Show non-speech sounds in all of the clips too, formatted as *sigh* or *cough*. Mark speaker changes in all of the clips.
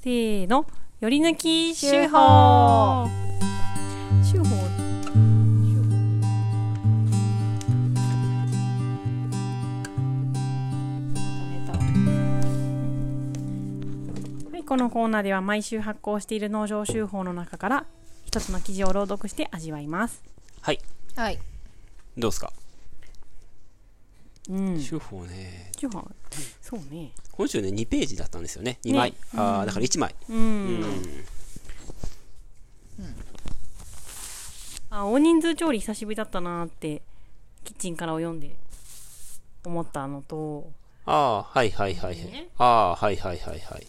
Speaker 1: せーの、より抜き手
Speaker 2: 手
Speaker 1: 法
Speaker 2: 法。
Speaker 1: 手法。はい、このコーナーでは毎週発行している農場手法の中から一つの記事を朗読して味わいます。
Speaker 3: はい
Speaker 2: はい
Speaker 3: どうですか、
Speaker 1: うん。
Speaker 3: 手法ね
Speaker 1: 手法。そうね。
Speaker 3: 今週ね2ページだったんですよね2枚、
Speaker 1: ね
Speaker 3: ああだから1枚
Speaker 1: うん
Speaker 3: うん、
Speaker 1: あ大人数調理久しぶりだったなーってキッチンからを読んで思ったのと
Speaker 3: ああはいはいはいはい、
Speaker 1: ね
Speaker 3: ああはいはいはいはい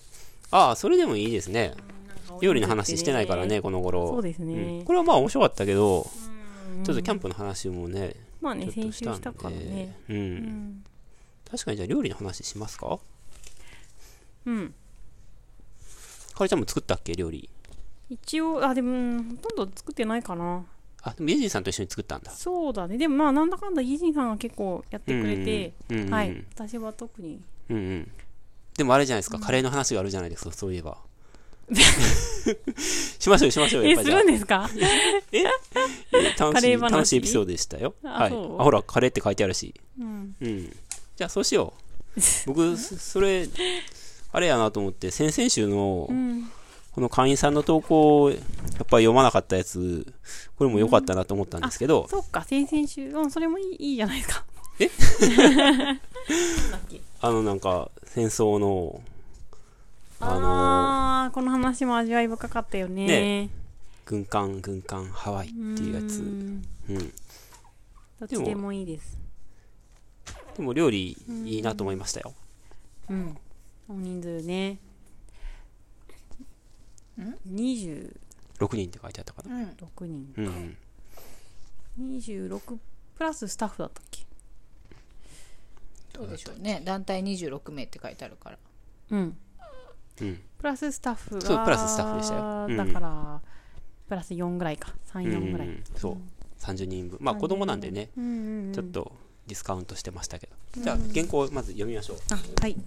Speaker 3: ああそれでもいいですね料理の話してないからねこの頃
Speaker 1: そうですね
Speaker 3: うんこれはまあ面白かったけ
Speaker 1: う
Speaker 3: ど、
Speaker 1: ん
Speaker 3: ちょっとキャンプの話もね
Speaker 1: まあね
Speaker 3: ちょっ
Speaker 1: 先
Speaker 3: と
Speaker 1: 週した
Speaker 3: んで
Speaker 1: からね
Speaker 3: うん、
Speaker 1: うん、
Speaker 3: 確かにじゃあ料理の話しますか
Speaker 1: うん、
Speaker 3: かりちゃんも作ったっけ料理
Speaker 1: 一応あでもうんほとんど作ってないかな
Speaker 3: あでもイェジンさんと一緒に作ったんだ
Speaker 1: そうだねでもまあなんだかんだイージンさんが結構やってくれて、
Speaker 3: うんうんうん、
Speaker 1: は
Speaker 3: う
Speaker 1: い
Speaker 3: ん
Speaker 1: 私は特に
Speaker 3: うんうんでもあれじゃないですか、カレーの話があるじゃないですかそういえば *laughs* しましょうしましょうや
Speaker 1: え
Speaker 3: っぱ
Speaker 1: す
Speaker 3: りじゃあ
Speaker 1: るんですか
Speaker 3: え楽
Speaker 1: カ
Speaker 3: し
Speaker 1: レ
Speaker 3: い
Speaker 1: ー話
Speaker 3: 楽しいエピソードでしたよ
Speaker 1: あ
Speaker 3: はいあ
Speaker 1: そう
Speaker 3: ほらカレーって書いてあるし
Speaker 1: うん
Speaker 3: うんじゃあそうしよう僕そそれあれやなと思って先々週の
Speaker 1: うん
Speaker 3: この会員さんの投稿をやっぱり読まなかったやつこれも良かったなと思ったんですけど、
Speaker 1: そっか先々週うんそれもいいいいじゃないですか
Speaker 3: え
Speaker 1: なんだっけ
Speaker 3: あのなんか戦争のあの
Speaker 1: あーこの話も味わい深かったよね
Speaker 3: ね軍艦軍艦ハワイっていうやつ
Speaker 1: う
Speaker 3: うん
Speaker 1: んどっ
Speaker 3: で
Speaker 1: ち
Speaker 3: も
Speaker 1: でもいいです
Speaker 3: でも料理いいなと思いましたよ
Speaker 1: うん大人数ね26
Speaker 3: 6人って書いてあったかな
Speaker 2: うん
Speaker 1: 人
Speaker 3: うんうん
Speaker 1: 26プラススタッフだったっけ
Speaker 2: どうでしょうね団体26名って書いてあるから
Speaker 1: うん
Speaker 3: うん
Speaker 1: プラススタッフが
Speaker 3: そうプラススタッフでしたようん
Speaker 1: だからプラス4ぐらいか34ぐら
Speaker 3: うんう
Speaker 1: い
Speaker 3: んそう30人分まあ子供なんでね
Speaker 1: うんうんうん
Speaker 3: ちょっとディスカウントしてましたけど、じゃあ原稿をまず読みましょう
Speaker 1: あはい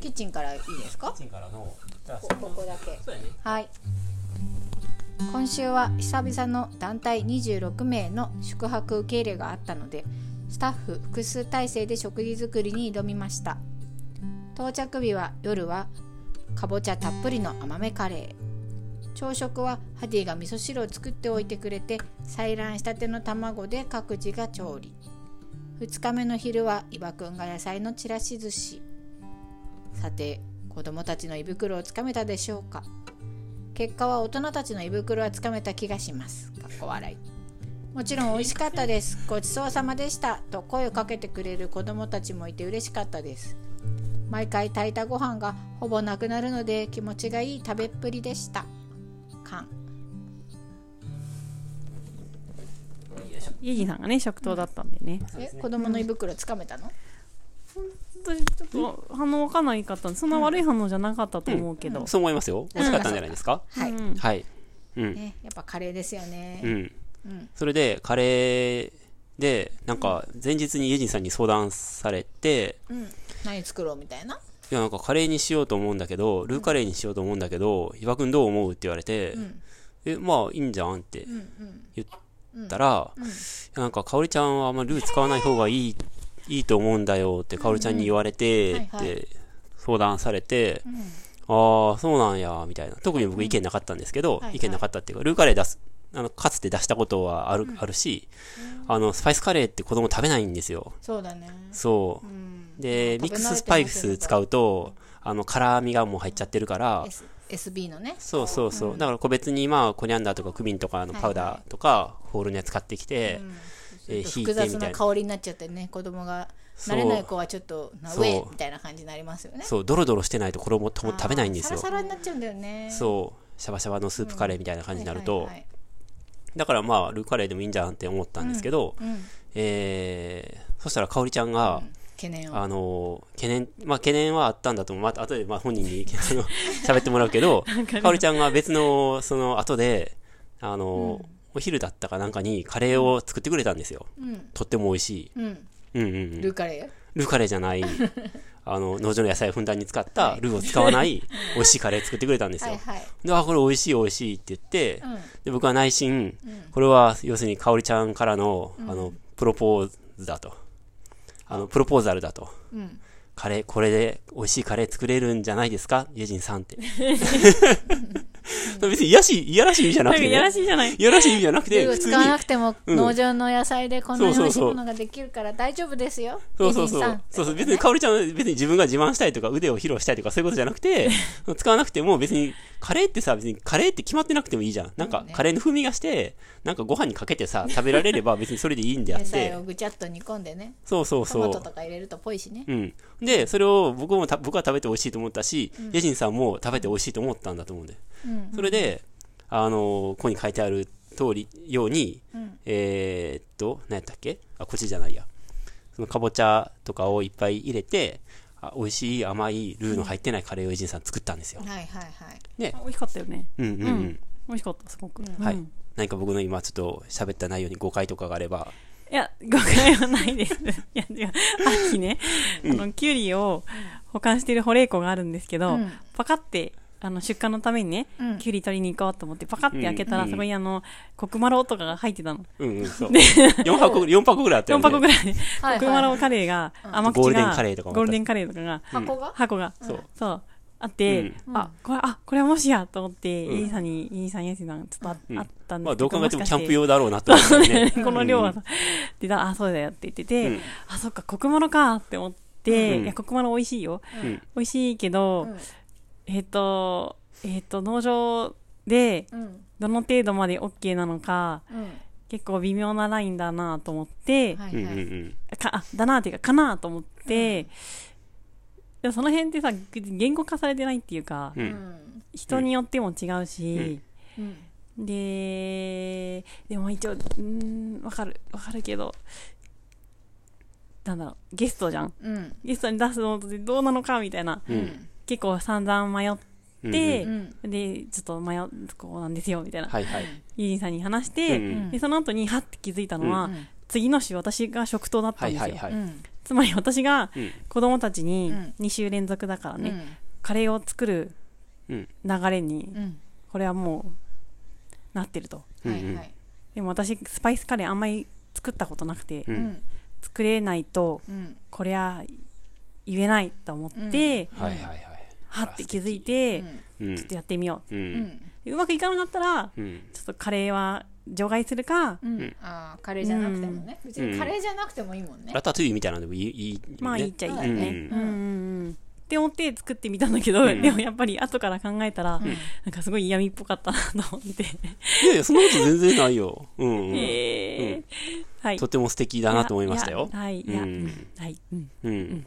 Speaker 2: キッチンからいいですか
Speaker 3: チンからの
Speaker 2: こここだけ
Speaker 3: そうやね
Speaker 2: はい今週は久々の団体26名の宿泊受け入れがあったのでスタッフ複数体制で食事作りに挑みました到着日は夜はかぼちゃたっぷりの甘めカレー朝食はハディが味噌汁を作っておいてくれて採卵したての卵で各自が調理2日目の昼は伊庭くんが野菜のちらし寿司さて子供たちの胃袋をつかめたでしょうか結果は大人たちの胃袋はつかめた気がしますかっこ笑いもちろん美味しかったですごちそうさまでしたと声をかけてくれる子供たちもいて嬉しかったです毎回炊いたご飯がほぼなくなるので気持ちがいい食べっぷりでした缶
Speaker 1: イージさんがね食堂だったんでね
Speaker 2: え子供の胃袋つかめたの、
Speaker 1: ちょっと反応がないかったんでそんな悪い反応じゃなかったと思うけど
Speaker 3: そう思いますよ美味しかったんじゃないですか、
Speaker 2: は
Speaker 1: う
Speaker 2: い、
Speaker 1: ん
Speaker 3: はいうん
Speaker 2: ね、やっぱカレーですよ
Speaker 3: う
Speaker 2: ね、
Speaker 3: ん
Speaker 2: うん
Speaker 3: それでカレーでなんか前日にユジンさんに相談されて
Speaker 2: うん、何作ろうみたいない
Speaker 3: やなんかカレーにしようと思うんだけどルーカレーにしようと思うんだけど伊庭くんどう思うって言われて、
Speaker 2: ん
Speaker 3: えまあいいんじゃんって
Speaker 2: うんうん
Speaker 3: 言ったら、いやなんか香織ちゃんはあんまルー使わない方がいいいいと思うんだよって香織ちゃんに言われて
Speaker 2: うんうん
Speaker 3: っ
Speaker 2: はいはい
Speaker 3: て相談されて、
Speaker 2: うん
Speaker 3: ああそうなんやみたいな特に僕意見なかったんですけど、
Speaker 2: はいはい
Speaker 3: 意見なかったっていうかルーカレー出すあのかつて出したことはある,、あるしあのスパイスカレーって子供食べないんですよ
Speaker 2: そうだね
Speaker 3: そう、
Speaker 2: うん
Speaker 3: でミックススパイス使うとあの辛みがもう入っちゃってるから、
Speaker 2: S SB のね
Speaker 3: そうそうそう、だから個別にまあコニャンダーとかクミンとかのパウダーとかホールのやつ買ってきて、えー引いて
Speaker 2: 複
Speaker 3: みたい
Speaker 2: 雑な
Speaker 3: な
Speaker 2: 香りになっちゃってね子供が
Speaker 3: そう
Speaker 2: 慣れない子はちょっとなウ
Speaker 3: そう
Speaker 2: ェイみたいな感じになりますよね
Speaker 3: そうドロドロしてないと衣とも食べないんです
Speaker 2: あー
Speaker 3: よ
Speaker 2: サラサラになっちゃうんだよねう
Speaker 3: そうシャバシャバのスープカレーみたいな感じになると、
Speaker 2: はいはい
Speaker 3: だからまあルーカレーでもいいんじゃんって思ったんですけど、
Speaker 2: はいうん
Speaker 3: えーそしたら香織ちゃんが、
Speaker 2: 懸念を
Speaker 3: あのー懸念まあ懸念はあったんだと思うまた後でまあ本人に *laughs* あの喋ってもらう
Speaker 2: *laughs*
Speaker 3: けど香織ちゃんが別のその後であのー、お昼だったかなんかにカレーを作ってくれたんですよ、
Speaker 2: うん
Speaker 3: とっても美味しい、
Speaker 2: うん
Speaker 3: うんうんうん、
Speaker 2: ルーカレ *laughs*
Speaker 3: ルーカレーじゃないあの、農場の野菜をふんだんに使ったルーを使
Speaker 2: *laughs*
Speaker 3: わない美味しいカレー作ってくれたんです
Speaker 2: は
Speaker 3: よ。
Speaker 2: いはい。
Speaker 3: で、あ、これ美味しい美味しいって言って、
Speaker 2: うん。
Speaker 3: で、僕は内心、
Speaker 2: うん
Speaker 3: これは要するに香織ちゃんからの、あの、プロポーズだと。あの、プロポーザルだと。
Speaker 2: うん。
Speaker 3: カレー、これで美味しいカレー作れるんじゃないですか家人さんって。
Speaker 2: *laughs*
Speaker 3: 別にいやし、いやらしい意味じゃ
Speaker 1: な
Speaker 3: なん
Speaker 1: か
Speaker 3: くて、ね。
Speaker 1: いやらしいじゃない
Speaker 3: いやらしい意味じゃなく
Speaker 2: ル
Speaker 3: て、
Speaker 2: ーを
Speaker 3: 普通に
Speaker 2: 使わなくても
Speaker 3: うん
Speaker 2: 農場の野菜でこんなに
Speaker 3: そ
Speaker 2: 美
Speaker 3: う
Speaker 2: 味しい
Speaker 3: そうそう
Speaker 2: ものができるから大丈夫ですよ。
Speaker 3: そうそうそ
Speaker 2: 美人さんっ
Speaker 3: う
Speaker 2: て。
Speaker 3: そうそう。別に、かおりちゃんは別に自分が自慢したいとか腕を披露したいとかそういうことじゃなくて、使わなくても別に、カレーってさ、別にカレーって決まってなくてもいいじゃん。なん
Speaker 2: そう
Speaker 3: か
Speaker 2: ね
Speaker 3: カレーの風味がして、なんかご飯にかけてさ、食べられれば別にそれでいいんであ
Speaker 2: *laughs* 野
Speaker 3: っ
Speaker 2: 菜
Speaker 3: て
Speaker 2: を。ぐちゃっと煮込んでね。
Speaker 3: そうそ
Speaker 2: ト
Speaker 3: うそ
Speaker 2: マト
Speaker 3: う
Speaker 2: と。か入れるとぽいしね。
Speaker 3: うん。で、それを僕もた僕は食べて美味しいと思ったし、家人さんも食べて美味しいと思ったんだと思うんで。
Speaker 2: うん。
Speaker 3: それで、あの、ここに書いてある通り、ように、
Speaker 2: うん
Speaker 3: えーっと、何やったっけあ、こっちじゃないや。そのかぼちゃとかをいっぱい入れて、あ美味しい甘いルーの入ってないカレーをエイジンさん作ったんですよ
Speaker 2: はい。はいはい。
Speaker 1: あ美味しかったよね
Speaker 3: うんうん、う
Speaker 1: うん
Speaker 3: ん、
Speaker 1: 美味しかったすごく、
Speaker 3: はい
Speaker 1: うん
Speaker 3: 何か僕の今ちょっと喋った内容に誤解とかがあれば、
Speaker 1: いや、誤解はないです。いや、違う。さっきね、あの、キュウリを保管している保冷庫があるんですけど、
Speaker 2: うん
Speaker 1: パカって、あの、出荷のためにね、
Speaker 2: うん
Speaker 1: キュウリ取りに行こうと思って、パカって開けたら、
Speaker 3: うん
Speaker 1: そこにあの、コクマロとかが入ってたの。
Speaker 3: うんうん、そう。4箱、四箱ぐらいあったよ
Speaker 1: 4
Speaker 3: ね。
Speaker 1: 箱ぐらいで、
Speaker 2: はいはい
Speaker 1: コクマロカレーが、甘口が、
Speaker 3: ゴールデンカレーとかもあった
Speaker 1: ゴールデンカレーとかが、
Speaker 2: 箱が
Speaker 1: 箱が、
Speaker 3: そう。
Speaker 1: そう、あって、あ、これ、あ、これはもしやと思って、
Speaker 3: うん
Speaker 1: イーさんに、イーさん、ヤンさん、ちょっとあ,、
Speaker 3: うん
Speaker 1: あったんですけど。
Speaker 3: まあどう考えても
Speaker 1: し
Speaker 3: キ
Speaker 1: かし
Speaker 3: ャ
Speaker 1: て。
Speaker 3: ンプ用だろうなと思って、ね
Speaker 1: この量は、でだあそうだよって言ってて、
Speaker 3: うん
Speaker 1: あそっか黒丸かって思って、
Speaker 3: うん
Speaker 1: いや黒丸美味しいよ
Speaker 3: うん。
Speaker 1: 美味しいけど、
Speaker 2: うん
Speaker 1: えっ、とえっ、と農場で
Speaker 2: うん。
Speaker 1: どの程度まで OK なのか
Speaker 2: うん。
Speaker 1: 結構微妙なラインだなと思って、
Speaker 2: は
Speaker 3: うんうん
Speaker 2: いうは
Speaker 3: んう
Speaker 2: い。
Speaker 3: ん。
Speaker 1: かあだなっていうかかなと思って、でもその辺ってさ言語化されてないっていうか、
Speaker 3: う。
Speaker 2: うんん。
Speaker 1: 人によっても違うし、
Speaker 2: うん。
Speaker 1: で、でも一応、うーん、わかる、わかるけど、なんだろう、ゲストじゃん。
Speaker 2: うん。
Speaker 1: ゲストに出すのってどうなのかみたいな、
Speaker 3: うん
Speaker 1: 結構散々迷っ
Speaker 3: うん。
Speaker 1: て、
Speaker 2: うん。
Speaker 1: で、ちょっと迷う、こうなんですよ、みたいな、
Speaker 3: はいはい。
Speaker 1: ユーリンさんに話し
Speaker 3: う
Speaker 1: て、
Speaker 3: ん
Speaker 1: で、その後に、はって気づいたのは、
Speaker 2: うん
Speaker 1: 次の週私が食堂だった
Speaker 3: は
Speaker 1: ん
Speaker 3: い
Speaker 1: ですよ。
Speaker 3: はいは
Speaker 2: う
Speaker 3: い。
Speaker 2: ん。
Speaker 1: つまり私が
Speaker 3: うん
Speaker 1: 子供たちに
Speaker 2: うん
Speaker 1: 2週連続だから
Speaker 2: う
Speaker 1: ね、
Speaker 2: ん。
Speaker 1: カレーを作る
Speaker 3: うん。
Speaker 1: 流れに
Speaker 2: う、ん。
Speaker 1: これはもう、なってると。
Speaker 3: うん
Speaker 2: はいはい。
Speaker 1: でも私スパイスカレーあんまり作ったことなくて、
Speaker 2: う
Speaker 3: う。
Speaker 2: んん。
Speaker 1: 作れないと
Speaker 2: うん。
Speaker 1: こりゃ言えないと思って、
Speaker 3: はいはいはい。
Speaker 1: はって気づいて、
Speaker 3: う
Speaker 1: ちょっ
Speaker 3: ん。
Speaker 1: とやってみよ
Speaker 3: う。
Speaker 2: うんん。
Speaker 1: ううまくいかなかったら
Speaker 3: うん。
Speaker 1: ちょっとカレーは除外するか、
Speaker 2: うん。ああ、カレーじゃなくてもね。別にカレーじゃなくてもいいもんね
Speaker 3: ラ。タトゥイユみたいなのでもいい、いい、
Speaker 1: まあ
Speaker 3: ね
Speaker 1: 言っちゃいいよ
Speaker 2: そうだ
Speaker 1: ね
Speaker 3: ね
Speaker 1: うんうんうんって思って作ってみたんだけど、
Speaker 3: うん
Speaker 1: でもやっぱり後から考えたら、
Speaker 2: ん
Speaker 1: なんかすごい嫌味っぽかったなと思って、
Speaker 3: いやいや、そんなこと全然ないよ。うん、うん
Speaker 1: えー
Speaker 3: うん
Speaker 1: はい
Speaker 3: とても素敵だなと思いましたよ
Speaker 1: や。はいいや、
Speaker 3: う
Speaker 1: うんん、はい、うん、
Speaker 3: うん。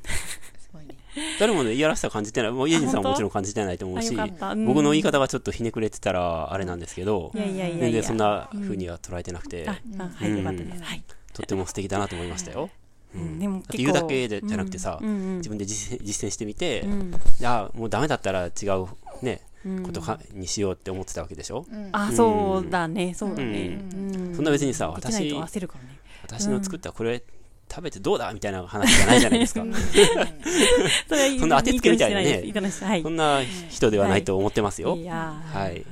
Speaker 2: すごいね。
Speaker 3: 誰もね、いやらしさ感じてない。もう、家人さん
Speaker 1: あ本当
Speaker 3: ももちろん感じてないと思
Speaker 1: あ
Speaker 3: う
Speaker 1: よ
Speaker 3: し
Speaker 1: か、った、うん
Speaker 3: 僕の言い方がちょっとひねくれてたら、あれなんですけど
Speaker 1: い、やいやいやいや
Speaker 3: 全然そんな風には捉えてなくて
Speaker 1: あ、あは
Speaker 3: うん
Speaker 1: いよかったです、はい
Speaker 3: とっても素敵だなと思いましたよ。
Speaker 1: うんでも
Speaker 3: だって言うだけでじゃなくてさ、
Speaker 1: うんうんうん
Speaker 3: 自分で実践実践してみて、
Speaker 1: うん
Speaker 3: じゃあもうダメだったら違うね、
Speaker 1: うん
Speaker 3: ことかにしようって思ってたわけでしょ、
Speaker 2: うん。
Speaker 1: あそうだねそうだね、
Speaker 2: う
Speaker 1: うん
Speaker 3: そんな別にさ
Speaker 1: できないと
Speaker 3: 私
Speaker 1: 焦るからね
Speaker 3: 私の作ったこれ食べてどうだみたいな話じゃないじゃないですか。
Speaker 1: それは
Speaker 3: そんな当てつけみたいなね
Speaker 1: 言い方してないです
Speaker 3: そんな人ではないと思ってます
Speaker 1: 言い方してはい
Speaker 3: よ
Speaker 1: い。やー
Speaker 3: はい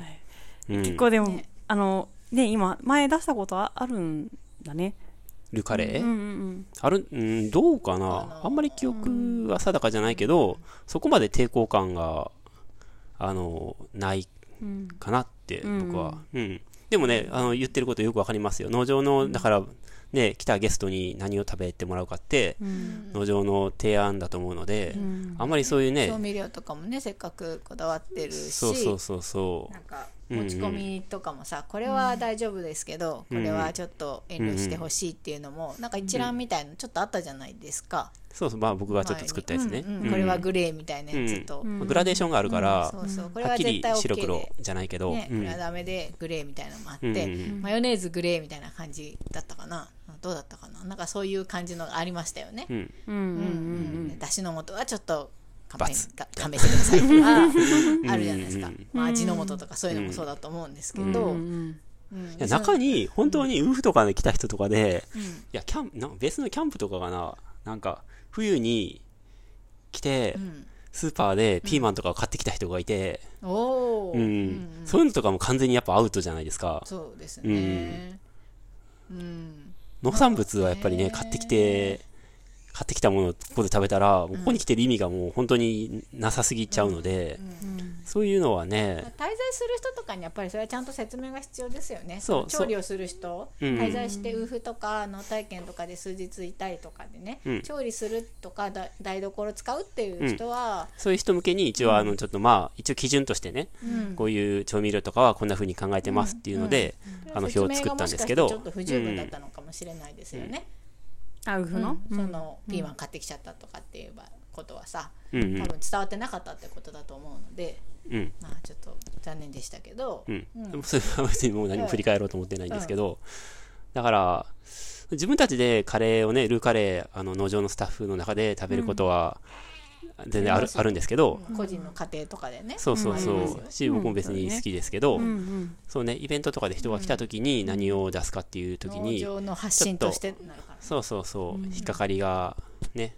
Speaker 3: うん
Speaker 1: 結構でも
Speaker 2: ね
Speaker 1: あのね今前出したことああるんだね
Speaker 3: ルカレ
Speaker 1: うん
Speaker 3: ー
Speaker 1: うん
Speaker 3: ある、うん、どうかなあんまり記憶は定かじゃないけど、そこまで抵抗感が、あの、ない
Speaker 1: うんうん
Speaker 3: かなって、僕は。うん。でもね、あの、言ってることよくわかりますよ。農場の、だから、ね、来たゲストに何を食べてもらうかって、
Speaker 1: うん
Speaker 3: 農場の提案だと思うので
Speaker 1: う、ん
Speaker 3: あんまりそういうね
Speaker 2: 調、味料とかもね、せっかくこだわってるし。
Speaker 3: そうそうそうそ
Speaker 2: なんか持ち込みとかもさ、これは大丈夫ですけど、
Speaker 3: うん
Speaker 2: これはちょっと遠慮してほしいっていうのも、なんか一覧みたいのちょっとあったじゃないですか、
Speaker 3: う。そうそう、まあ僕がちょっと作ったやつ
Speaker 2: 前
Speaker 3: ね。
Speaker 2: にうん
Speaker 3: うん
Speaker 2: これはグレーみたいなやつと、
Speaker 1: うん
Speaker 3: グラデーションがあるから、
Speaker 2: そうそうこれ
Speaker 3: は
Speaker 2: は
Speaker 3: っき
Speaker 2: 絶
Speaker 3: り
Speaker 2: 対 OK
Speaker 3: 白
Speaker 2: で、
Speaker 3: 黒じゃないけど、
Speaker 2: ね
Speaker 3: うん
Speaker 2: これはダメでグレーみたいなのもあって、
Speaker 3: うん
Speaker 1: ん
Speaker 2: マヨネーズグレーみたいな感じだったかなどうだったかななんかそういう感じのがありましたよね、
Speaker 3: うん
Speaker 1: うんうん
Speaker 2: うん
Speaker 1: うん
Speaker 2: だしの素はちょっと勘弁
Speaker 3: 罰
Speaker 2: が勘弁してくださいとかあるじゃないですか、まあ、味の素とかそういうのもそうだと思うんですけど、
Speaker 1: うんうん
Speaker 2: うん
Speaker 3: いや中に本当にウーフとかで来た人とかで、いやキャンプなベースのキャンプとかがななんか冬に来て、
Speaker 2: うん
Speaker 3: スーパーでピーマンとかを買ってきた人がいて、
Speaker 2: おお、
Speaker 3: うん
Speaker 2: うん
Speaker 3: そういうのとかも完全にやっぱアウトじゃないですか。
Speaker 2: そうですねうん、
Speaker 3: 農産物はやっぱり
Speaker 2: へ
Speaker 3: ね、
Speaker 2: ー
Speaker 3: 買ってきて、買ってきたものをここで食べたら、もうここに来てる意味がもう本当になさすぎちゃうので、そういうのは
Speaker 2: まあ
Speaker 3: ね、
Speaker 2: 滞在する人とかにやっぱりそれはちゃんと説明が必要ですよね
Speaker 3: そう
Speaker 2: 調理をする人、
Speaker 3: うん
Speaker 2: 滞在してウーフとか農体験とかで数日いたりとかでね、
Speaker 3: うん
Speaker 2: 調理するとかだ台所使うっていう人は、
Speaker 3: そういう人向けに一応あの、ちょっとまあ、一応基準としてね、
Speaker 2: うん
Speaker 3: こういう調味料とかはこんな風に考えてますっていうので、あの表を作ったんですけ
Speaker 2: 説明がもしかして
Speaker 3: ど
Speaker 2: ちょっと不十分だったのかもしれないですよね、
Speaker 1: あウフ
Speaker 2: うん
Speaker 1: の、うん
Speaker 2: そのピーマン買ってきちゃったとかっていうことはさ、
Speaker 3: うんうん
Speaker 2: 多分伝わってなかったってことだと思うので
Speaker 3: うん、
Speaker 2: まあちょっと残念でしたけど、
Speaker 3: うん
Speaker 2: うん
Speaker 3: でもそれは別にもう何も振り返ろうと思ってないんですけど、だから、自分たちでカレーをね、ルーカレー、あの農場のスタッフの中で食べることは、全然あ
Speaker 2: あり
Speaker 3: る
Speaker 2: ますよ
Speaker 3: あるんですけど、
Speaker 2: 個人の家庭とかでね
Speaker 3: そうそうそ
Speaker 2: ありますよ
Speaker 3: う、し、僕も別に好きですけど、
Speaker 1: うんうん
Speaker 3: そうね、イベントとかで人が来た時に何を出すかっていう時
Speaker 2: 農
Speaker 3: に、
Speaker 2: 場の発信としてなるから
Speaker 3: そうそうそう、引っかかりがね、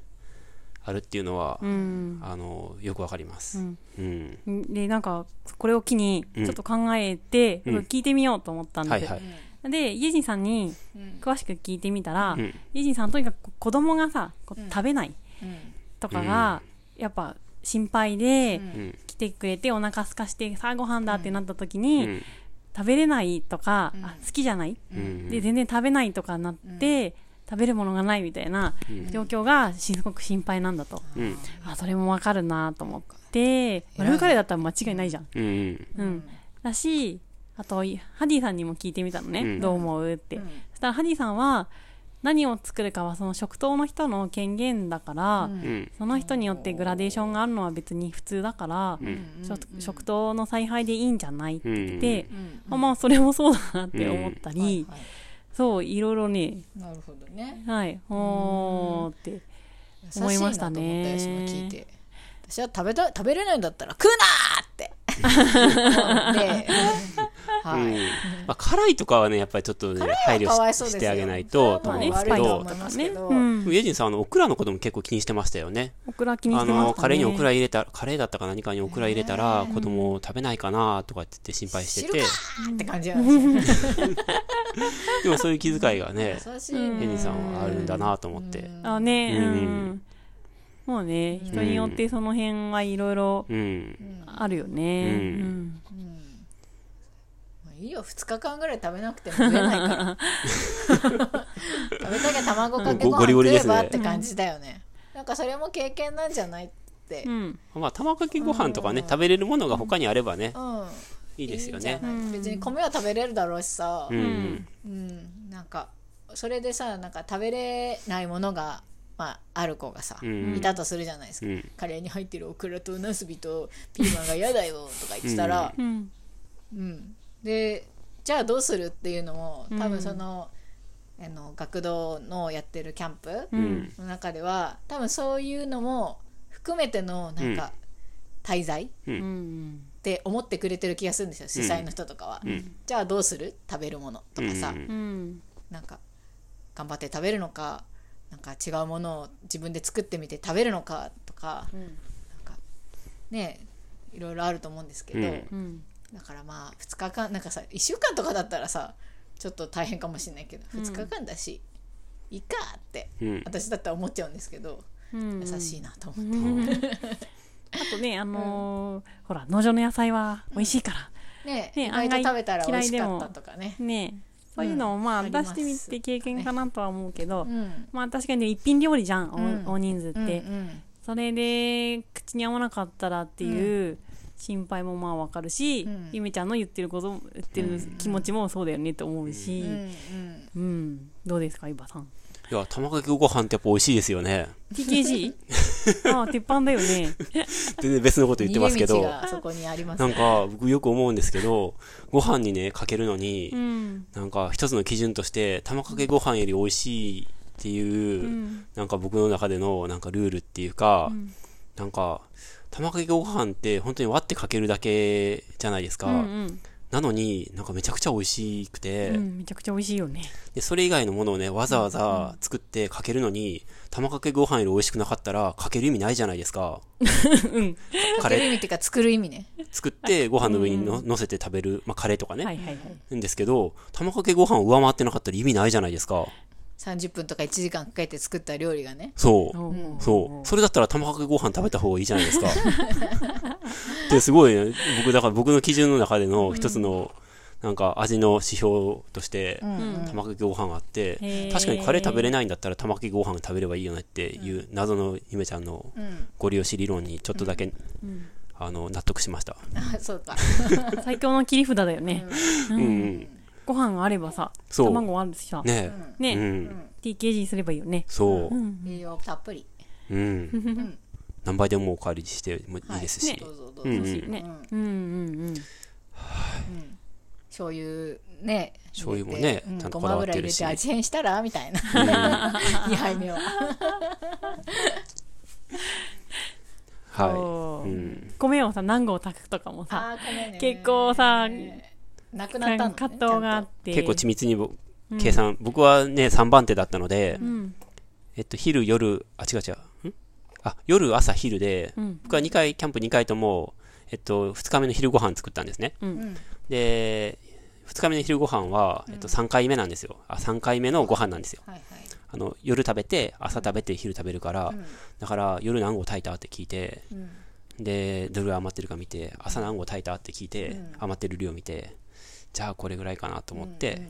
Speaker 3: あるっていうのは、
Speaker 1: うん
Speaker 3: あの、よくわかります。
Speaker 1: うん
Speaker 3: うん。
Speaker 1: でなんかこれを機に
Speaker 3: うん
Speaker 1: ちょっと考えて、
Speaker 3: うん
Speaker 1: 聞いてみようと思ったんで、
Speaker 3: はいはい。
Speaker 1: でイェジンさんに
Speaker 2: うんうん
Speaker 1: 詳しく聞いてみたら、
Speaker 3: うん。
Speaker 1: イェジンさんとにかく子供がさこう
Speaker 2: うん
Speaker 1: 食べない
Speaker 2: うん
Speaker 1: とかが、やっぱ心配で、
Speaker 2: うん
Speaker 3: うん。
Speaker 1: 来てくれてお腹空かしてさあご飯だってなった時
Speaker 3: う
Speaker 1: に、
Speaker 3: ん。
Speaker 1: 食べれないとか、
Speaker 2: うん
Speaker 1: あ好きじゃない、
Speaker 3: うん
Speaker 1: で全然食べないとかなって、食べるものがないみたいな
Speaker 3: うん
Speaker 1: 状況がすごく心配なんだと、
Speaker 3: うん。
Speaker 1: あそれもわかるなと思って、まあルーカレーだったら間違いないじゃん、
Speaker 3: うん。
Speaker 1: うんだしあといハディさんにも聞いてみたのね、
Speaker 3: うん
Speaker 1: どう思うって、
Speaker 2: うん
Speaker 1: そしたらハディさんは何を作るかはその食堂の人の権限だから、
Speaker 2: うん
Speaker 3: うん。
Speaker 1: その人によってグラデーションがあるのは別に普通だから、
Speaker 2: うん
Speaker 1: ちょ食堂の采配でいいんじゃないって言って、
Speaker 3: う
Speaker 2: うん
Speaker 1: あまあそれもそうだなって思ったり、
Speaker 2: はいは
Speaker 1: そういろいろね
Speaker 2: いなるほどね
Speaker 1: はいほーって思いましたね
Speaker 2: 優しいなと思ったよその聞いて私は食べた食べれないんだったら食うなーって
Speaker 1: *laughs*
Speaker 2: で、
Speaker 3: う
Speaker 2: はい
Speaker 3: んまあ、辛いとかはね、やっぱりちょっとね、配慮
Speaker 2: かわい
Speaker 3: し
Speaker 2: そうですよ
Speaker 3: してあげないと、と
Speaker 2: それは
Speaker 3: 思
Speaker 2: もう
Speaker 3: うんで
Speaker 1: スパイスと
Speaker 2: 悪いと思、いま
Speaker 3: すけど
Speaker 1: か
Speaker 2: す
Speaker 1: ね
Speaker 2: けど
Speaker 1: うん
Speaker 3: イエジンさん、あの、オクラのことも結構気にしてましたよね。
Speaker 1: オクラ気にし
Speaker 3: あ
Speaker 1: てま
Speaker 3: の、
Speaker 1: した
Speaker 3: カレーにオク
Speaker 1: ね
Speaker 3: ラ入れた、カレーだったか何かにオクラ入れたら、子供食べないかなとかって言って心配してて、
Speaker 2: あーって感じなんですよね
Speaker 3: でもそういう気遣いがね、
Speaker 1: *laughs*
Speaker 2: 優しいね
Speaker 3: イエジンさんはあるんだなと思って。
Speaker 1: あね
Speaker 3: うん
Speaker 1: うんもうね人によってその辺はいろいろ
Speaker 3: うん。
Speaker 1: あるよね
Speaker 3: うん
Speaker 1: うん
Speaker 2: まあいいよ2日間ぐらい食べなくても食えないから
Speaker 1: *laughs*
Speaker 2: 食べたけ卵かけご
Speaker 3: ごゴ
Speaker 2: 飯
Speaker 3: リ
Speaker 2: 食
Speaker 3: ゴリ
Speaker 2: え
Speaker 3: ですね
Speaker 2: ばって感じだよね、なんかそれも経験なんじゃないって
Speaker 1: う
Speaker 2: うん、
Speaker 1: ん
Speaker 3: まあ、卵かけご飯とかね、食べれるものが他にあればね、い
Speaker 2: い
Speaker 3: いですよ
Speaker 2: んじゃ
Speaker 3: ね。
Speaker 2: ない別に米は食べれるだろうしさ
Speaker 3: う、ん。
Speaker 2: うんなんかそれでさなんか食べれないものが、まあ、ある子がさ、
Speaker 3: うん
Speaker 2: いたとするじゃないですか、
Speaker 3: うん
Speaker 2: カレーに入ってるオクラとナスビとピーマンが嫌だよとか言ってたら、
Speaker 1: うん
Speaker 2: うん、でじゃあどうするっていうのも多分その,、あの学童のやってるキャンプ
Speaker 3: うん。
Speaker 2: の中では多分そういうのも含めてのなんか滞在っ
Speaker 1: うん
Speaker 2: て思ってくれてる気がするんですよ主催の人とかは、じゃあどうする食べるものとかさ、
Speaker 3: うん
Speaker 1: うん
Speaker 2: なんか頑張って食べるのかなんか違うものを自分で作ってみて食べるのかとか,、なんかねいろいろあると思うんですけど、
Speaker 3: うん
Speaker 1: うん
Speaker 2: だからまあ2日間なんかさ1週間とかだったらさちょっと大変かもしれないけど2日間だし、いいかって
Speaker 3: うん。
Speaker 2: 私だったら思っちゃうんですけど、
Speaker 1: うん
Speaker 2: 優しいなと思って、
Speaker 1: *laughs* あとねあのーほら農場の野菜は美味しいから
Speaker 2: ね
Speaker 1: ね
Speaker 2: 意外と
Speaker 1: 案外
Speaker 2: 食べたら美味し
Speaker 1: 嫌いで
Speaker 2: か
Speaker 1: も
Speaker 2: ったとかね
Speaker 1: ねそういうのをま
Speaker 2: うん
Speaker 1: あ
Speaker 2: あり
Speaker 1: 出
Speaker 2: ます
Speaker 1: してみて経験かなとは思うけど、
Speaker 2: うん
Speaker 1: まあ確かに一品料理じゃん、お
Speaker 2: うん
Speaker 1: 大人数って、
Speaker 2: うんうん
Speaker 1: それで口に合わなかったらっていう心配もまあわかるし、
Speaker 2: うん
Speaker 1: ゆめちゃんの言ってることも言ってる気持ちもそうだよねって思うし、
Speaker 2: う
Speaker 1: うん
Speaker 2: うんん
Speaker 1: どうですかイバさ
Speaker 2: *laughs*
Speaker 1: ん
Speaker 3: いや、卵かけご飯ってやっぱ美味しいですよね。 *laughs*
Speaker 1: TKG? *laughs* ああ鉄板だよね
Speaker 3: 全然別のこと言ってますけ
Speaker 2: 逃
Speaker 3: ど
Speaker 2: げ道。がそこにあります
Speaker 3: なんか、僕よく思うんですけど、ご飯にね、かけるのに、
Speaker 1: うん
Speaker 3: なんか一つの基準として、玉かけご飯より美味しいっていう、
Speaker 1: うん
Speaker 3: なんか僕の中でのなんかルールっていうか、
Speaker 1: ん
Speaker 3: なんか、玉かけご飯って本当に割ってかけるだけじゃないですか。
Speaker 1: うんうん
Speaker 3: なのになんかめちゃくちゃ美味しくて、
Speaker 1: うん、めちゃくちゃ美味しいよね。
Speaker 3: でそれ以外のものをねわざわざ作ってかけるのに玉かけご飯より美味しくなかったらかける意味ないじゃないで
Speaker 1: *laughs*
Speaker 3: すかカ
Speaker 2: かける
Speaker 3: レ
Speaker 2: 意味っていうか作る意味ね
Speaker 3: ー作ってご飯の上にの乗せて食べる、まあ、カレーとかね、
Speaker 1: はいはいはい。
Speaker 3: んですけど玉かけご飯を上回ってなかったら意味ないじゃないですか
Speaker 2: 30分とか1時間かけて作った料理がね
Speaker 3: そう
Speaker 1: おー
Speaker 3: そう。それだったら卵かけご飯食べた方がいいじゃない *laughs* ですか。ってすごいね、僕、だから僕の基準の中での一つの、なんか味の指標として、卵かけご飯があって、
Speaker 1: へー
Speaker 3: 確かにカレー食べれないんだったら卵かけご飯食べればいいよねっていう謎のゆめちゃんの
Speaker 2: うん
Speaker 3: ご利用し理論にちょっとだけ、あの、納得しました。
Speaker 2: あそうか
Speaker 1: 最強の切り札だよね。
Speaker 3: うんうん。
Speaker 1: ご飯あればさ、
Speaker 3: そう
Speaker 1: 卵あるしさ、
Speaker 3: ねえ。う
Speaker 1: ね、
Speaker 3: ん。
Speaker 1: TKG すればいいよね。
Speaker 3: そ
Speaker 2: 栄養たっぷり
Speaker 3: う。うん。何倍でもおかわりしてもいいですし。
Speaker 2: どうぞどう
Speaker 3: う
Speaker 2: ぞ、
Speaker 3: ん
Speaker 1: 美味し
Speaker 3: う
Speaker 1: い
Speaker 3: ん。
Speaker 1: ね。うんうんうん。
Speaker 2: 醤油ね
Speaker 3: 醤油も
Speaker 2: 入れ
Speaker 3: ね
Speaker 2: うん
Speaker 3: ちゃんと
Speaker 2: ご
Speaker 3: こだ
Speaker 2: ま
Speaker 3: わっ
Speaker 2: 油
Speaker 3: て
Speaker 2: 入
Speaker 3: る
Speaker 2: れ
Speaker 3: して
Speaker 2: 味変したらみたいな *laughs* 2杯目は
Speaker 3: は
Speaker 1: そ
Speaker 3: い。う。
Speaker 1: うん米をさ、何合炊くとかもさ、
Speaker 2: あーごめんね
Speaker 1: 結構さ
Speaker 2: なくなった
Speaker 1: 葛
Speaker 2: の、ね、
Speaker 1: 藤があって。
Speaker 3: 結構緻密にぼ計算、僕はね3番手だったので、
Speaker 1: ん
Speaker 3: えっと昼夜あ違う違うんあ夜朝昼で、
Speaker 1: うん
Speaker 3: 僕は2回キャンプ2回ともえっと2日目の昼ご飯作ったんですね、
Speaker 2: ん
Speaker 3: で2日目の昼ご飯は、えっと、3回目なんですよあ3回目のご飯なんですよ
Speaker 2: ちゃんとはいはい
Speaker 3: あの夜食べて朝食べて昼食べるから、だから夜何合炊いたって聞いて、でどれぐらい余ってるか見て朝何合炊いたって聞いて、余ってる量見てじゃあこれぐらいかなと思って、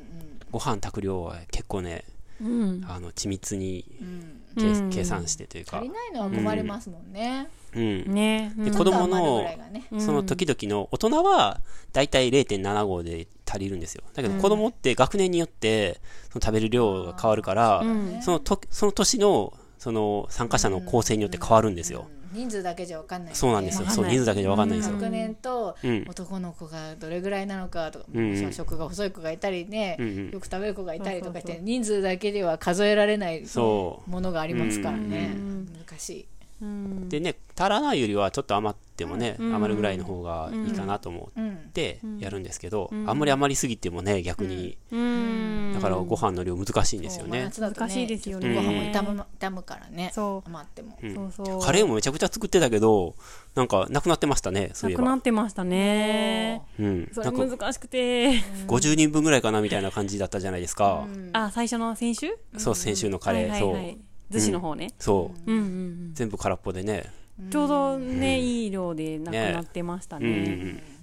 Speaker 3: ご飯炊く量は結構ね
Speaker 1: うん。
Speaker 3: あの緻密に、
Speaker 1: うん
Speaker 3: け
Speaker 1: うん
Speaker 3: 計算してというか
Speaker 2: 足り、ないのは困りますもんね、
Speaker 3: うん、
Speaker 1: ねうん
Speaker 3: で子供
Speaker 2: ちょっと余るぐ
Speaker 3: の
Speaker 2: らいがね
Speaker 3: その時々の大人はだいたい0.75で足りるんですよだけど子供って学年によってその食べる量が変わるから、
Speaker 1: ん
Speaker 3: そのとその年のその参加者の構成によって変わるんですよ、
Speaker 2: 人数だけじゃ分かんない、
Speaker 3: そうなんですよ
Speaker 1: わかん
Speaker 3: そう
Speaker 1: ない
Speaker 3: 人数だけじゃ分かんないんですよ、
Speaker 2: 学年と
Speaker 3: うん
Speaker 2: 男の子がどれぐらいなのかとか、
Speaker 3: うん
Speaker 2: 小食が細い子がいたりね、
Speaker 3: うんうん
Speaker 2: よく食べる子がいたりとかし
Speaker 1: そうそう
Speaker 2: て人数だけでは数えられない
Speaker 3: そ
Speaker 2: も
Speaker 3: う
Speaker 2: のがありますからね、
Speaker 1: うん
Speaker 2: 難しい、
Speaker 1: うん
Speaker 3: でね足らないよりはちょっと余ってもね、余るぐらいの方がいいかなと思
Speaker 2: うん
Speaker 3: ってやるんですけど、あんまり余りすぎてもね逆に、
Speaker 1: うん。
Speaker 3: だからご飯の量難しいんですよね、
Speaker 2: そう真夏だと
Speaker 1: 難しいですよね
Speaker 2: ちょっとご飯も傷む傷むからね
Speaker 1: そ
Speaker 2: 余っても、
Speaker 1: う。そうそう。
Speaker 3: カレーもめちゃくちゃ作ってたけど、なんかなくなってましたね、そうい
Speaker 1: な
Speaker 3: え
Speaker 1: くな
Speaker 3: ば
Speaker 1: っ。てましたね。
Speaker 3: うん。
Speaker 1: そ
Speaker 3: な
Speaker 1: れ
Speaker 3: んか
Speaker 1: 難しくて。
Speaker 3: 50人分ぐらいかなみたいな感じだったじゃないですか。
Speaker 1: あ、最初の先週
Speaker 3: そう、先週のカレ
Speaker 1: は
Speaker 3: ー。
Speaker 1: い
Speaker 3: そ。
Speaker 1: はいう寿司の方ね。
Speaker 3: そう。
Speaker 1: うんうん
Speaker 3: 全部空っぽでね。
Speaker 1: うん。ちょうどね、いい量でなくなってました
Speaker 3: うんうんう
Speaker 1: ね。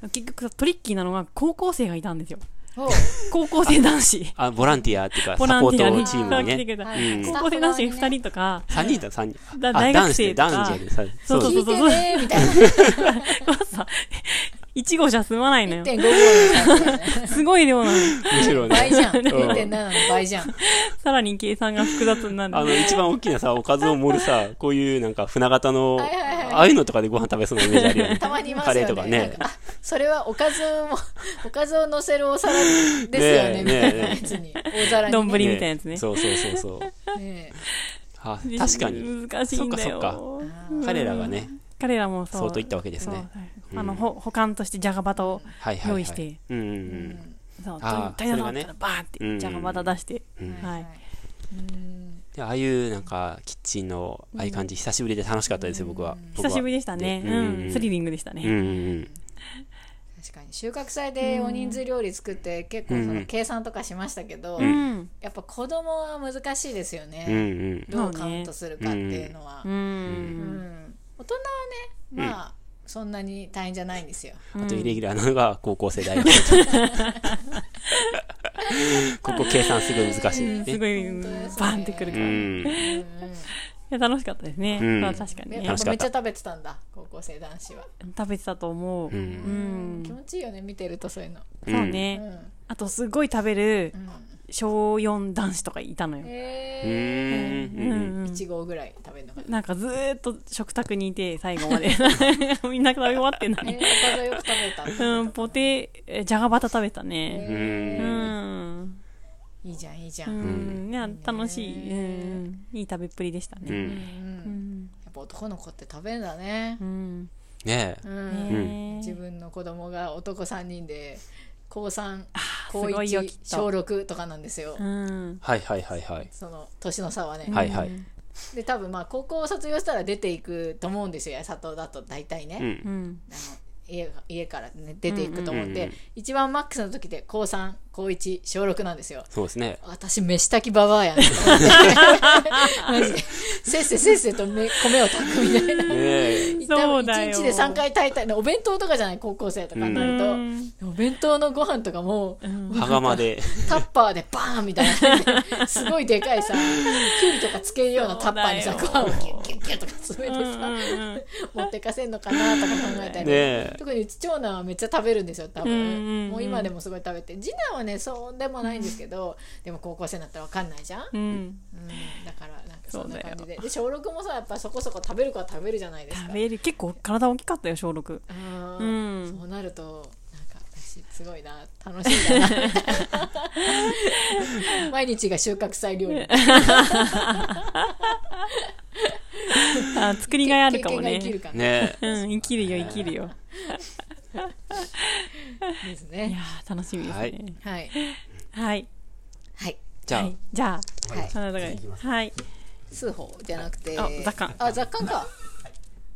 Speaker 3: ん。
Speaker 1: 結局さトリッキーなのが高校生がいたんですよ。
Speaker 2: おう
Speaker 1: 高校生男子。
Speaker 3: *laughs* あ、ボランティアっていうか、
Speaker 1: ボ
Speaker 3: サ
Speaker 1: ラ
Speaker 3: ポ
Speaker 1: ンテ
Speaker 3: ー
Speaker 1: ィア
Speaker 3: ト
Speaker 1: に *laughs*
Speaker 3: チームに
Speaker 1: 来て
Speaker 3: ね。
Speaker 1: くれた
Speaker 3: うん
Speaker 1: 高校生男子2人とか、
Speaker 3: 3人だ、3人。
Speaker 1: だ
Speaker 3: あ、
Speaker 1: 大学
Speaker 3: 男子
Speaker 1: 生
Speaker 3: で、
Speaker 1: とか *laughs*
Speaker 3: 男子やで。さ
Speaker 1: そう
Speaker 3: そ
Speaker 1: そうう
Speaker 2: 聞
Speaker 1: そう
Speaker 2: いてねみた
Speaker 3: *laughs*
Speaker 2: いな
Speaker 1: このさ、1号車済まないのよ。
Speaker 2: 1.5合みたいなね
Speaker 1: すごい量なのよ。
Speaker 3: むしろ
Speaker 2: 倍
Speaker 3: ね。
Speaker 2: じゃん
Speaker 1: うん
Speaker 2: 1.7の倍じゃん
Speaker 1: さらに計算が複雑にな
Speaker 3: あ
Speaker 1: る。
Speaker 3: の、一番大きなさ、おかずを盛るさ、こういうなんか船型の、
Speaker 2: はいはいはい
Speaker 3: ああいうのとかでご飯食べそうなイメージあるよね。
Speaker 2: たまにいます
Speaker 3: カ
Speaker 2: よね
Speaker 3: レーとかね。
Speaker 2: なんあそれはおかずもおかずを乗せるお皿ですよねみたい
Speaker 3: ねえ
Speaker 2: な
Speaker 3: ね
Speaker 2: やつに大皿に
Speaker 1: 丼
Speaker 2: ね
Speaker 1: みたいなやつね
Speaker 3: そうそうそうそう。
Speaker 2: ね
Speaker 3: あ確かに。
Speaker 1: 難しいんだ
Speaker 3: そっか
Speaker 1: よ。
Speaker 3: 彼らがね、
Speaker 1: 彼らもそう。
Speaker 3: 相当いったわけですね。
Speaker 1: そうあの、ほ保管としてじゃがバタを
Speaker 3: はいはい、はい。
Speaker 1: 用意して、
Speaker 3: うんうん
Speaker 1: そう、
Speaker 3: あー
Speaker 1: 足りなかっ
Speaker 3: それがね
Speaker 1: たらバーっ
Speaker 3: う
Speaker 1: て
Speaker 3: ん
Speaker 1: じゃがバタ出して、
Speaker 3: うん
Speaker 1: は
Speaker 2: はい
Speaker 1: い。
Speaker 3: でああいうなんかキッチンのああいう感じ、久しぶりで楽しかったですよ、僕は。
Speaker 1: 久しぶりでしたね。
Speaker 3: 僕はで
Speaker 1: うん、スリリングでした
Speaker 3: うんう
Speaker 1: ね。
Speaker 3: んうん。
Speaker 2: 確かに収穫祭でお人数料理作って結構その計算とかしましたけど、
Speaker 1: うん。
Speaker 2: やっぱ子供は難しいですよね、
Speaker 3: うんうん。
Speaker 2: どうカウントするかっていうのは、
Speaker 1: う
Speaker 2: うん
Speaker 1: ん。
Speaker 2: 大人はねまあ、そんなに大変じゃないんですよ
Speaker 3: あとイレギュラーなのが高校
Speaker 1: *laughs*
Speaker 3: 生大学ここ計算すごい難しい
Speaker 1: す
Speaker 3: ね。
Speaker 1: ごい、
Speaker 2: 本当ですね
Speaker 1: バンってくる
Speaker 3: う
Speaker 1: から。い
Speaker 3: ん。
Speaker 1: や、楽しかったですね。
Speaker 3: うん
Speaker 1: まあ確かに
Speaker 2: ね
Speaker 1: ね
Speaker 2: やっ
Speaker 3: 楽
Speaker 2: ぱ
Speaker 3: しか
Speaker 2: め
Speaker 3: っ
Speaker 2: っちゃ
Speaker 3: た
Speaker 2: 食べてたんだ高校生男子は、
Speaker 1: 食べてたと思う。う
Speaker 3: うん
Speaker 1: ん。
Speaker 2: 気持ちいいよね見てるとそういうの、
Speaker 1: そう
Speaker 2: う
Speaker 1: ね。
Speaker 2: ん
Speaker 1: あと、すごい食べる小4男子とかいたのよ。
Speaker 3: う
Speaker 2: え
Speaker 3: ん
Speaker 1: うんうん
Speaker 2: ー、1合ぐらい食べるのかな
Speaker 1: なんかずーっと食卓にいて、最後まで。 *laughs* みんな食べ終わってんの
Speaker 2: えー、お
Speaker 1: に。
Speaker 2: かずよく食べたんだ
Speaker 1: うん、ポテ、えじゃがバタ食べたね。
Speaker 3: う。
Speaker 1: うんん。
Speaker 2: いいじゃんいいじゃ、
Speaker 1: うん
Speaker 2: や
Speaker 1: ん。いや、楽しい。うん。いい食べっぷりでした
Speaker 3: う
Speaker 1: ね。
Speaker 3: ん。
Speaker 1: うん。
Speaker 2: っぱ男の子って食べるんだね
Speaker 1: う、ん。
Speaker 3: ねえ
Speaker 2: うん
Speaker 1: ねえ
Speaker 2: 自分の子供が男3人で高3
Speaker 1: あ
Speaker 2: 高
Speaker 1: ーすごいよきっ
Speaker 2: 1
Speaker 1: と
Speaker 2: 小6とかなんですよ
Speaker 1: うん
Speaker 3: はいはいはいはい。
Speaker 2: その年の差はね、
Speaker 3: はいはい
Speaker 2: で多分まあ高校を卒業したら出ていくと思うんですよ八里だと大体ね、
Speaker 3: う。
Speaker 1: うんん
Speaker 2: あの家が家から、ね、出ていくと思って、
Speaker 3: うんうんうんうん
Speaker 2: 一番マックスの時で高3高1小6なんですよ
Speaker 3: そうですね。
Speaker 2: 私飯炊きババ
Speaker 1: *laughs*
Speaker 2: アやんマジでせっせせっせとめ米を炊くみたいな
Speaker 3: ねえ。
Speaker 1: そうだよ
Speaker 2: 1日で3回炊いたいお弁当とかじゃない高校生とかになると、お弁当のご飯とかもう
Speaker 1: うん
Speaker 3: はがまで。
Speaker 2: タッパーでバーンみたいなすごいでかいさきゅうりとかつけるようなタッパーにさ
Speaker 1: そ
Speaker 2: ご
Speaker 1: うだ
Speaker 2: 飯
Speaker 1: よ
Speaker 2: をキュッキュッキュッとか詰めてさ、
Speaker 1: うん
Speaker 2: 持ってかせんのかなとか考えたり、
Speaker 3: ねえ
Speaker 2: 特にうち長男はめっちゃ食べるんですよ多分、
Speaker 1: うんうんうん
Speaker 2: もう今でもすごい食べて次男はねそうでもないんですけど、でも高校生になったら分かんないじゃん、
Speaker 1: うん
Speaker 2: うん、だからなんかそんな感
Speaker 1: そ
Speaker 2: じ
Speaker 1: う
Speaker 2: でで小6もさやっぱそこそこ食べる子は食べるじゃないですか
Speaker 1: 食べる結構体大きかったよ小6
Speaker 2: あ
Speaker 1: う
Speaker 2: ー
Speaker 1: ん
Speaker 2: そうなるとなんか私すごいな楽しいん
Speaker 1: *laughs*
Speaker 2: だなみたいな毎日が収穫祭料理
Speaker 1: あ作りがいあるかもね
Speaker 2: 経験が生きるかな、
Speaker 3: ねえ。
Speaker 1: うん生きるよ生きるよ
Speaker 2: です
Speaker 1: いや
Speaker 2: ね
Speaker 1: ー楽しみですね
Speaker 2: はい
Speaker 1: はい
Speaker 2: はい
Speaker 3: じゃあ、
Speaker 1: はいじゃあ
Speaker 2: はい
Speaker 1: 花田がはい
Speaker 2: 数法じゃなくて
Speaker 1: あ雑感
Speaker 2: あ雑感か